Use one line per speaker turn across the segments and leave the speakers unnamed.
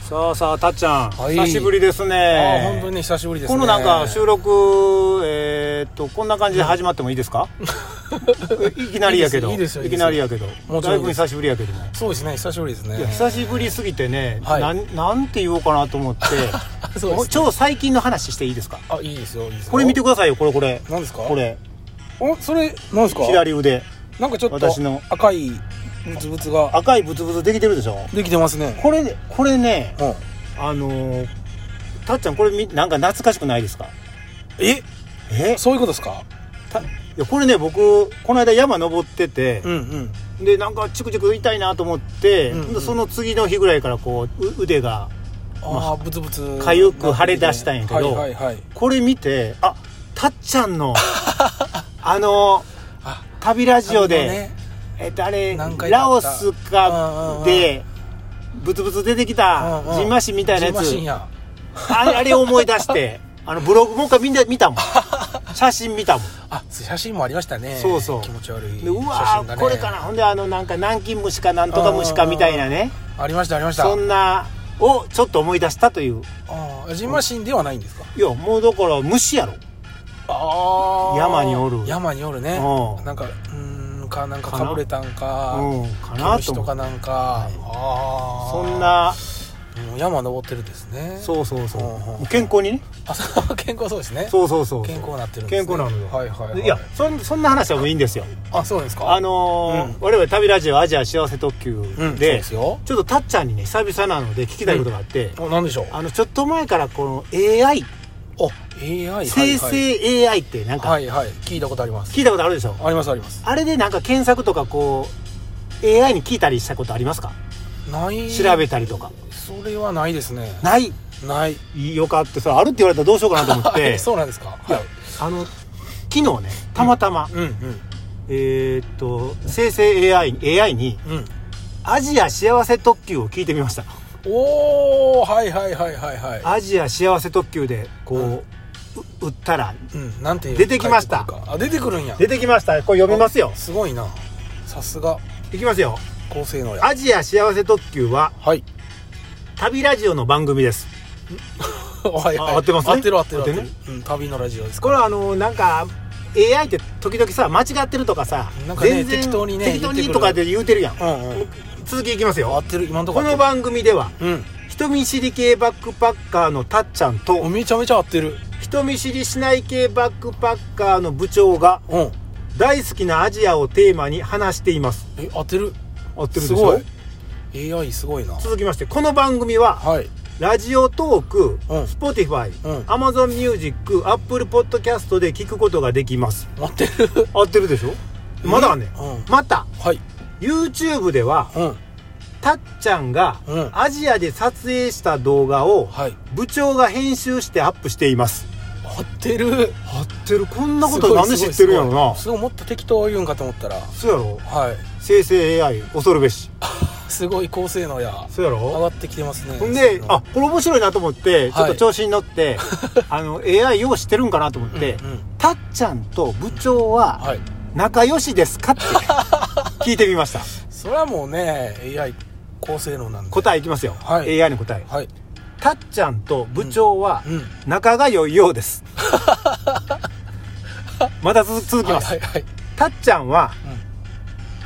さあさあたっちゃん、
はい
久しぶりです
あ
ね
ー本当に久しぶりですね
このなんか収録えーっとこんな感じで始まってもいいです かいきなりやけど
いいですよいいですよ
きなりやけど
もち
だ
ろ
い
ん
ぶ
です
久しぶりやけども
そうですね久しぶりですね
いや久しぶりすぎてね、
はい
なんなんて言おうかなと思って
あ そうですね
超最近の話していいですか
あいいですよいいですよ
これ見てくださいよこれこれ
何ですか
これ
おそれ何ですか
左腕
なんかちょっと
私の
赤いブツブツが
赤いブツブツできてるでしょ
できてますね
これこれね
うん
あのーたっちゃんこれみなんか懐かしくないですか
え
え
そういうことですか
たいやこれね僕この間山登ってて
う、んうん
でなんかチクチク痛いなと思って、
うんうん
でその次の日ぐらいからこうう腕が
あーブツブツ
かゆく腫れ出したんやけど
はいはいはい
これ見てあたっちゃん のあの
あ
旅ラジオで、
あのね
えっとあれ
何回か
ラ
あ
オ
った
ス
うんうんう
か
ん
でブツブツ出てきた
うんうん
ジンマシンみたいなや
ジンマ
つ
シンや
あれあれを思い出して あのブログもう一回みんな見たもん写真見たもん
あ写真もありましたね
そうそう
気持ち悪い
でうわ
写
ー
真がね
これかなほんであのなんか南京虫かなんとか虫かみたいなね
ありましたありました
そんなをちょっと思い出したという
あージンマシンではないんですか
いやもうだから虫やろ
あー
山におる
山におるね
うん
なんかうーんかなんか
かな
かぶれたんか
うんかな
毛
と
虫と
思
か
う
なんかあ
そ
ー
んな
もう山登ってるですね
そうそうそう
うんうん
健康にね
あそう健康そうですね
そうそうそう
健康なってるんです
健
ね
康なのよ
はいはいはい
やそんそんな話はもういいんですよ
あそうですか
あのー
うん
我々旅ラジオアジア幸せ特急
うんそう
で,、
ですよ
ちょっとたっちゃんにね久々なので聞きたいことがあって、
おなんでしょう
あのちょっと前からこの AI
お AI
生
はい
成 AI ってなん
は
か
いはいはい聞いたことあります
聞いたことあるでしょ
ありますあります
あれでなんか検索とかこう AI に聞いたりしたことありますか
ない
調べたりとか
それはないですね
ない
ない
よかってさあるって言われたらどうしようかなと思っ て
そうなんですかはい
あの昨日ねたまたま、
うんうん
えーっと生成 AI, AI に
うん
「アジア幸せ特急」を聞いてみました
おおはいはいはいはいはい
アジア幸せ特急でこう、
うん
う売ったら
うんなんて
出てきました
書いてくるかあ出てくるんや
出てきましたこれ読みますよ
すごいなさすが
いきますよ
高性
「
能や
アジア幸せ特急」は
はい
旅ラジオの番組です
はいはい
あ合ってますね
合ってる合ってる
合っ
合ってて
る
るうん旅のラジオです
これはあのなんか AI って時々さ間違ってるとかさ
なんかね適当にね
適当
言って
に
くる
とかで言うてるやん
うんうん
続きいきます
合
よ
ってる今のとこ
こ
ろ
の
合ってる
番組では
うん
人見知り系バックパッカーのたっちゃん
お
と
めちゃめちゃ合ってる
人見知りしない系バックパッカーの部長が
うん
大好きなアジアをテーマに話しています
え合ってる
合ってるですしょ
ごい AI すごいな
続きましてこの番組は
はい
ラジオトーク、
うん
Spotify、
うん
Amazon Music、Apple Podcast で聞くことができます
合ってる
合ってるでしょ
え
まだね、
うん
また
はい
YouTube では
うん
たっちゃんが
うん
アジアで撮影した動画を
はい
部長が編集してアップしています
合ってる
合ってるこんなことなんで知ってるんやろな
すごいすごいすごいもっと適当言うんかと思ったら
そうやろ
はい
生成 AI 恐るべし
すごい高性能や
そうや
上
ろ
がってきてますね
ほんで
そういうの
あこれ面白いなと思ってちょっ
は
と
い
調子に乗 って、あの AI よう知ってるんかなと思って、
うんうん
たっちゃんと部長は
はい
仲良しです かって聞いてみました
それはもうね AI 高性能なんで
答えいきますよ、
はい
AI の答え
はい
たっちゃんと部長は
うん
仲が良いようです また続続き
は
ま
い
す、
はいはい
たっちゃんは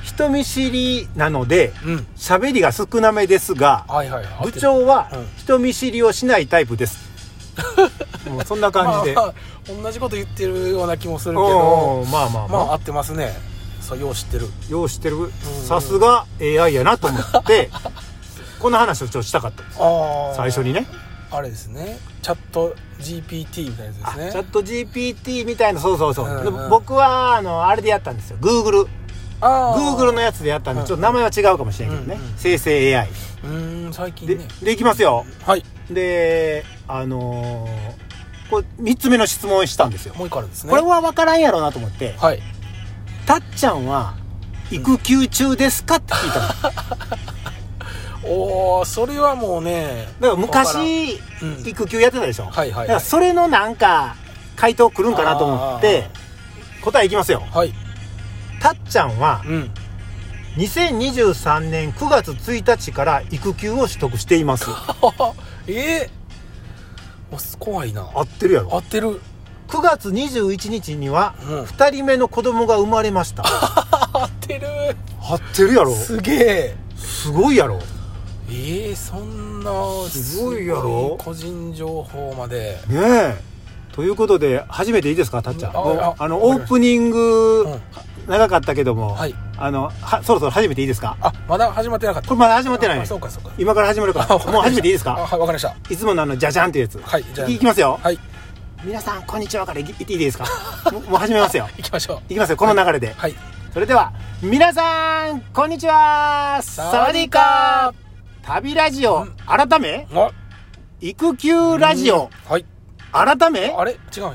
人見知りなので
うんうん
喋りが少なめですが
はいはいはい
部長は
うん
人見知りをしないタイプです もうそんな感じで、
まあまあ同じこと言ってるような気もするけ
おうお
ど
うまあまあま
ま
あ、
あ合ってますねそうよう知ってる
よう知ってるさすが AI やなと思ってこの話をちょっとしたかったんです
あ
最初にね
あれですねチャット GPT みたいなやつで
あ
すね
チャット GPT みたいなそうそうそう、
うんうん
で僕はあのあれでやったんですよ Google
あー
Google のやつでやったんでちょっと名前は違うかもしれんけどね、
うんうん
生成 AI
うーん最近
で
ね
でいきますよ
はい
であのーこれ3つ目の質問をしたんですよ、
もう一個あるんですね
これは分からんやろうなと思って
はい
「たっちゃんは育休中ですか?」って聞いたのだか
おおそれはもうね
ら昔
らんうん
育休やってたでしょ、
はいは
だ
い
からそれのなんか回答来るんかなと思って答えいきますよ
はい
たっちゃんは
うん
2023年9月1日から育休を取得しています
えー、おす怖いな
合ってるや
合
ろ
ってる
9月21日には
うん
2人目の子供が生まれました
合ってる
合ってるやろ
すげえ
すごいやろ
えー、そんな
すごいやろ
すごい個人情報まで
ねえということで初めていいですかたっちゃん
あ
お
あ
あのオ
わかりました
ープニング
うん
長かったけども、
はい
あのはそろそろ始めていいですか
あまだ始まってなかった
これまだ始まってない
あそうかそうか
今から始まるから
あわかり
も
ました
う始めていいです
あ
か
はいわかりました
いつものあのじゃじゃんってやつ
はいじゃあ
いきますよ、
はい
皆さんこんにちはからいき言っていいですか もうもう始めますよ
行きましょう
いきますよこの流れで、
はい
それでは皆さんこんにちはサワディーカー旅ラジオ改め
あ
育休ラジオ
はい
改め
あれ違うんや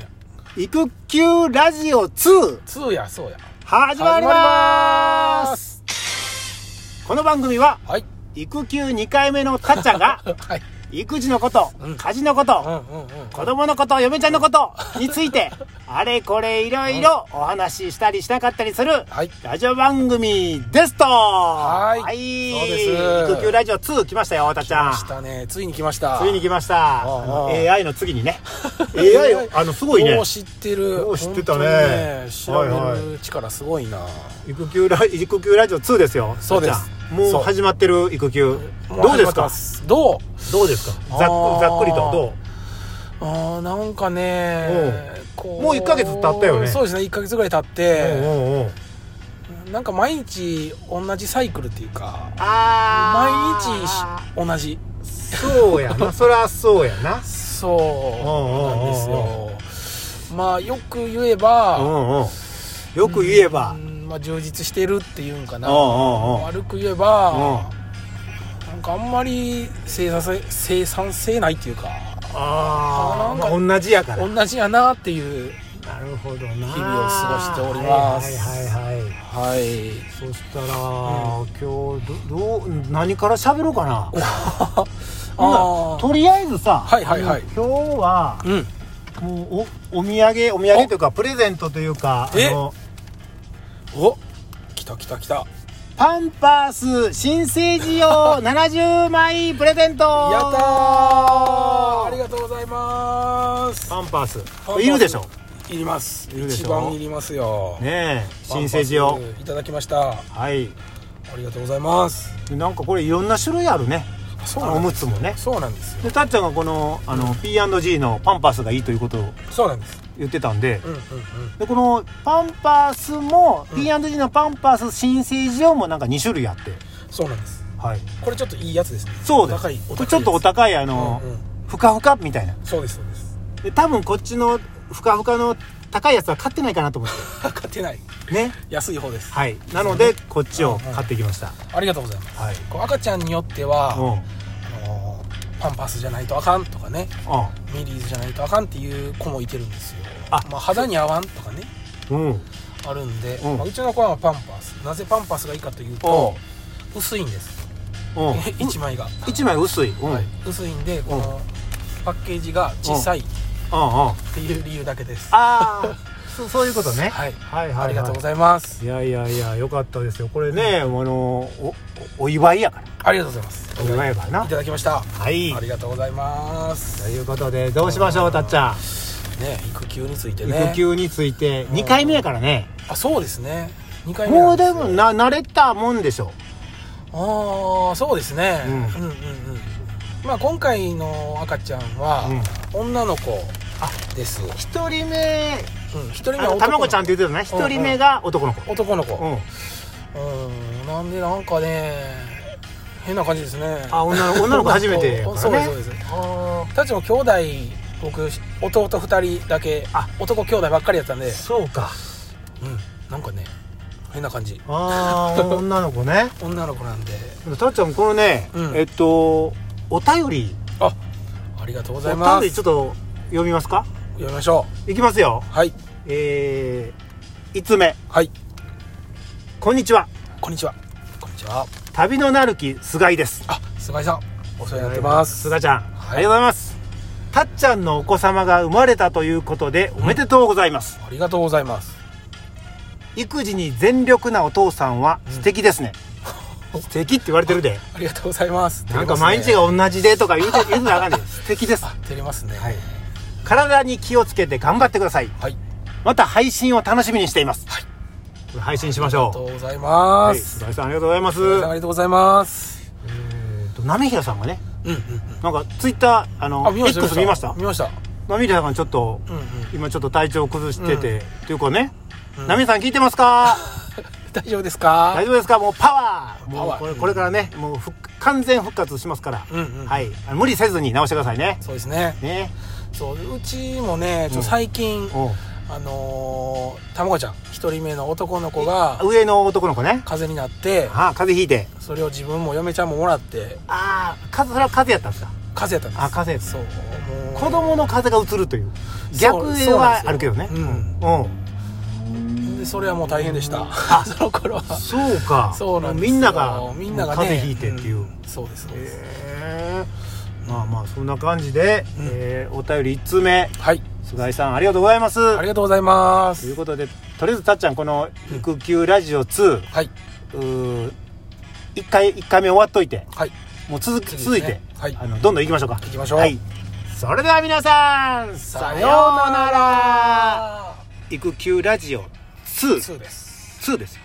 育休ラジオ2
2やそうや
始まりますこの番組は
はい
育休2回目のたっちゃん が
はい
育児のこと
うん
家事のこ
うん
と
うんうん
子供のこと嫁ちゃんのことについてあれこれいろいろお話ししたりしなかったりする
はい
ラジオ番組ですとはい
そうです
育休ラジオ2来ましたよたっち
来
ゃん
ましたねついに来ました
ついに来ましたあ
あ
の
あ
AI の次に ね AI あのすごいね
もう知ってる
もう知ってたね
本当にね
はいはい
調べる力すごいな、
育休ラ育休ラジオ2ですよ
そうです
たっちゃんも
そうう
始まってる育休どうですか
どう
どうですかざっ
あー
くざっくりとど
あーなんかねこ
もう1ヶ月経ったよね
そうですね1ヶ月ぐらい経っ
う、
て
おうおうおう
なんか毎日同じサイクルっていうか毎
あ
日し同じ
日そうや なそりゃそうやな
そうなんですよまあよく言え
う
ば
んうんよく言えば
うんまあ、充実してるっていうんかな
うんうんうん
悪く言え
う
ば
ん
なんかあんまり生産性生産性ないっていうか
あ
なん
ー
か
まあ同じやから
同じやなっていう
なるほどな
日々を過ごしております
はいはいはい、はい、
はい
そしたら、今日どどう何から喋ろうかなほ
あ
な
ー
とりあえずさ、
はいはいはい
あの今日は
うん
もうおお土産お土産というかプレゼントというか
え
あの
お来た来た来た
パンパース新生児用70枚プレゼント
やったーありがとうございます
パンパースいるでしょ
いります
いるでしょ
一番いりますよ、
ねえ
パン
新生児用
パスいただきましたあ
はい
りがとうございます
でなんかこれいろんな種類あるね
そ
おむつもね
そうなんですよ
でたっちゃんがこのあの P&G のパンパースがいいということを
そうなんです
言ってたんで
うんうん
でこのパンパースも P&G のパンパース新生児用もなんか2種類あって
うんそうなんです
はい
これちょっといいやつですね
そうで
お高い
すこ
お高
れ
い
ちょっとお高いあの、
うんうん
ふかふかみたいな
そうですそうです
で多分こっちのふかふかの高いやつは買ってないかなと思っ
買ってない
てね
安い方で す
はいなのでこっちを買ってきました、
ありがとうございます
はい
こう赤ちゃんによっては、
うんうん
あのパンパスじゃないとあかんとかねミリーズじゃないとあかんっていう子もいてるんですよ
あ
まあ、肌に合わんとかね
うん
あるんで、
うん
まあ、うちの子はパンパスなぜパンパスがいいかという
お
と薄いんです
うん
1枚が、
一枚薄い、うんうんうん
はい薄いんでこのパッケージが小さいっ
あ
ていう理由だけです
あーそ そういうことね、
はい
はいはいはい
ありがとうご
い
ざいます
いやいやいやよかったですよこれね、あのおおお祝いやから
ありがとうございます
お祝いやからない
ただきました
はい
ありがとうございます
ということでどうしましょうたっちゃん
ね育休についてね
育休について2回目やからね、
あそうですね2回目
もう
な
ん
です
で
よ
もな慣れたもんでしょ
ああそうですね、
う
うんん、うんうんまあ今回の赤ちゃんは女の子です、うん、
一人目
1人目
あ
は
のたまごちゃんっ
ん
て言ってたね一人目が男の子
男の子
うん
うん、なんでなんかね変な感じですね
あ女の女 の子初めてやからね
そうですそうですたちも兄弟僕弟2人だけ
あ
男兄弟ばっかりやったんで
そうか
うんなんかね変な感じ
ああ女の子ね
女の子なんで
たっちゃんもこのね、
うん
えっとお便り
あありがとうご
お
ざいま
便
す
りちょっと読みますか
読みましょ
いきますよ
うはい
えー、5つ目
はい
こんにちは
こんにちはこんにちは
旅のなるき菅井です
あ、菅井さん、お世話になってます。
菅ちゃん、
はい
ありがとうございますたっちゃんのお子様が生まれたということでおめでとうございます、
ありがとうございます。
育児に全力なお父さんは素敵ですね、素敵って言われて るで
ありがとうございます
なんか毎日が同じでとか言うと言うのあかんねん素敵です、
あ照れますね
はい、体に気をつけて頑張ってください
はい
また配信を楽しみにしています、
はい
これ配信しまし
あり
ょ
が
う
とうございま
はい、
す、
菅井さんありがとうございます。
ありがとうございます
えっと波平さんがね、
うんうん
なんかツイッターあ
うん
の
あ見ました
X 見ました
見。ました
波平さんがちょっと、
うんうん
今ちょっと体調崩してて、というかね、
うん
波平さん聞いてます か？
大丈夫ですか
大丈夫ですか？もうパワー、
パ
もう
ワー
これこれからね、もう復完全復活しますから、
うんうん
はい、あの無理せずに直してくださいね。
そうですね
ね、
そううちもねち
う
ょ
ん
っと最近、
おう
あのーたまごちゃん一人目の男の子が
上の男の子ね、
風邪になって
あー風邪ひいて、
それを自分も嫁ちゃんももらって
ああ、風それは風邪やったんですか？
風邪やったんです
あ風邪
そうもう
子供の風邪が移るという
そう
逆はあるけどね。
そうなんです
うん。
でそれはもう大変でした
あ
その頃は
そうか。
そうなんですよ
みんなが、
みんなが、ね、
風邪ひいてっていう。
んそうですそうです、
へえまあまあ、そんな感じで、
うん
えーお便り1通目、
はい
菅井さんありがとうございます。
ありがとうございま
と
す
いうことで、とりあえずたっちゃん、この育休ラジオ2、
はいう
ー一回、一回目終わっといて、
はい
もう続き、
次ですね
続いて、
はい
あの、どんどん行きましょうか。
行きましょう
はい。それでは皆さん、さようなら
あ
育休ラジオ2、
2です
2ですよ。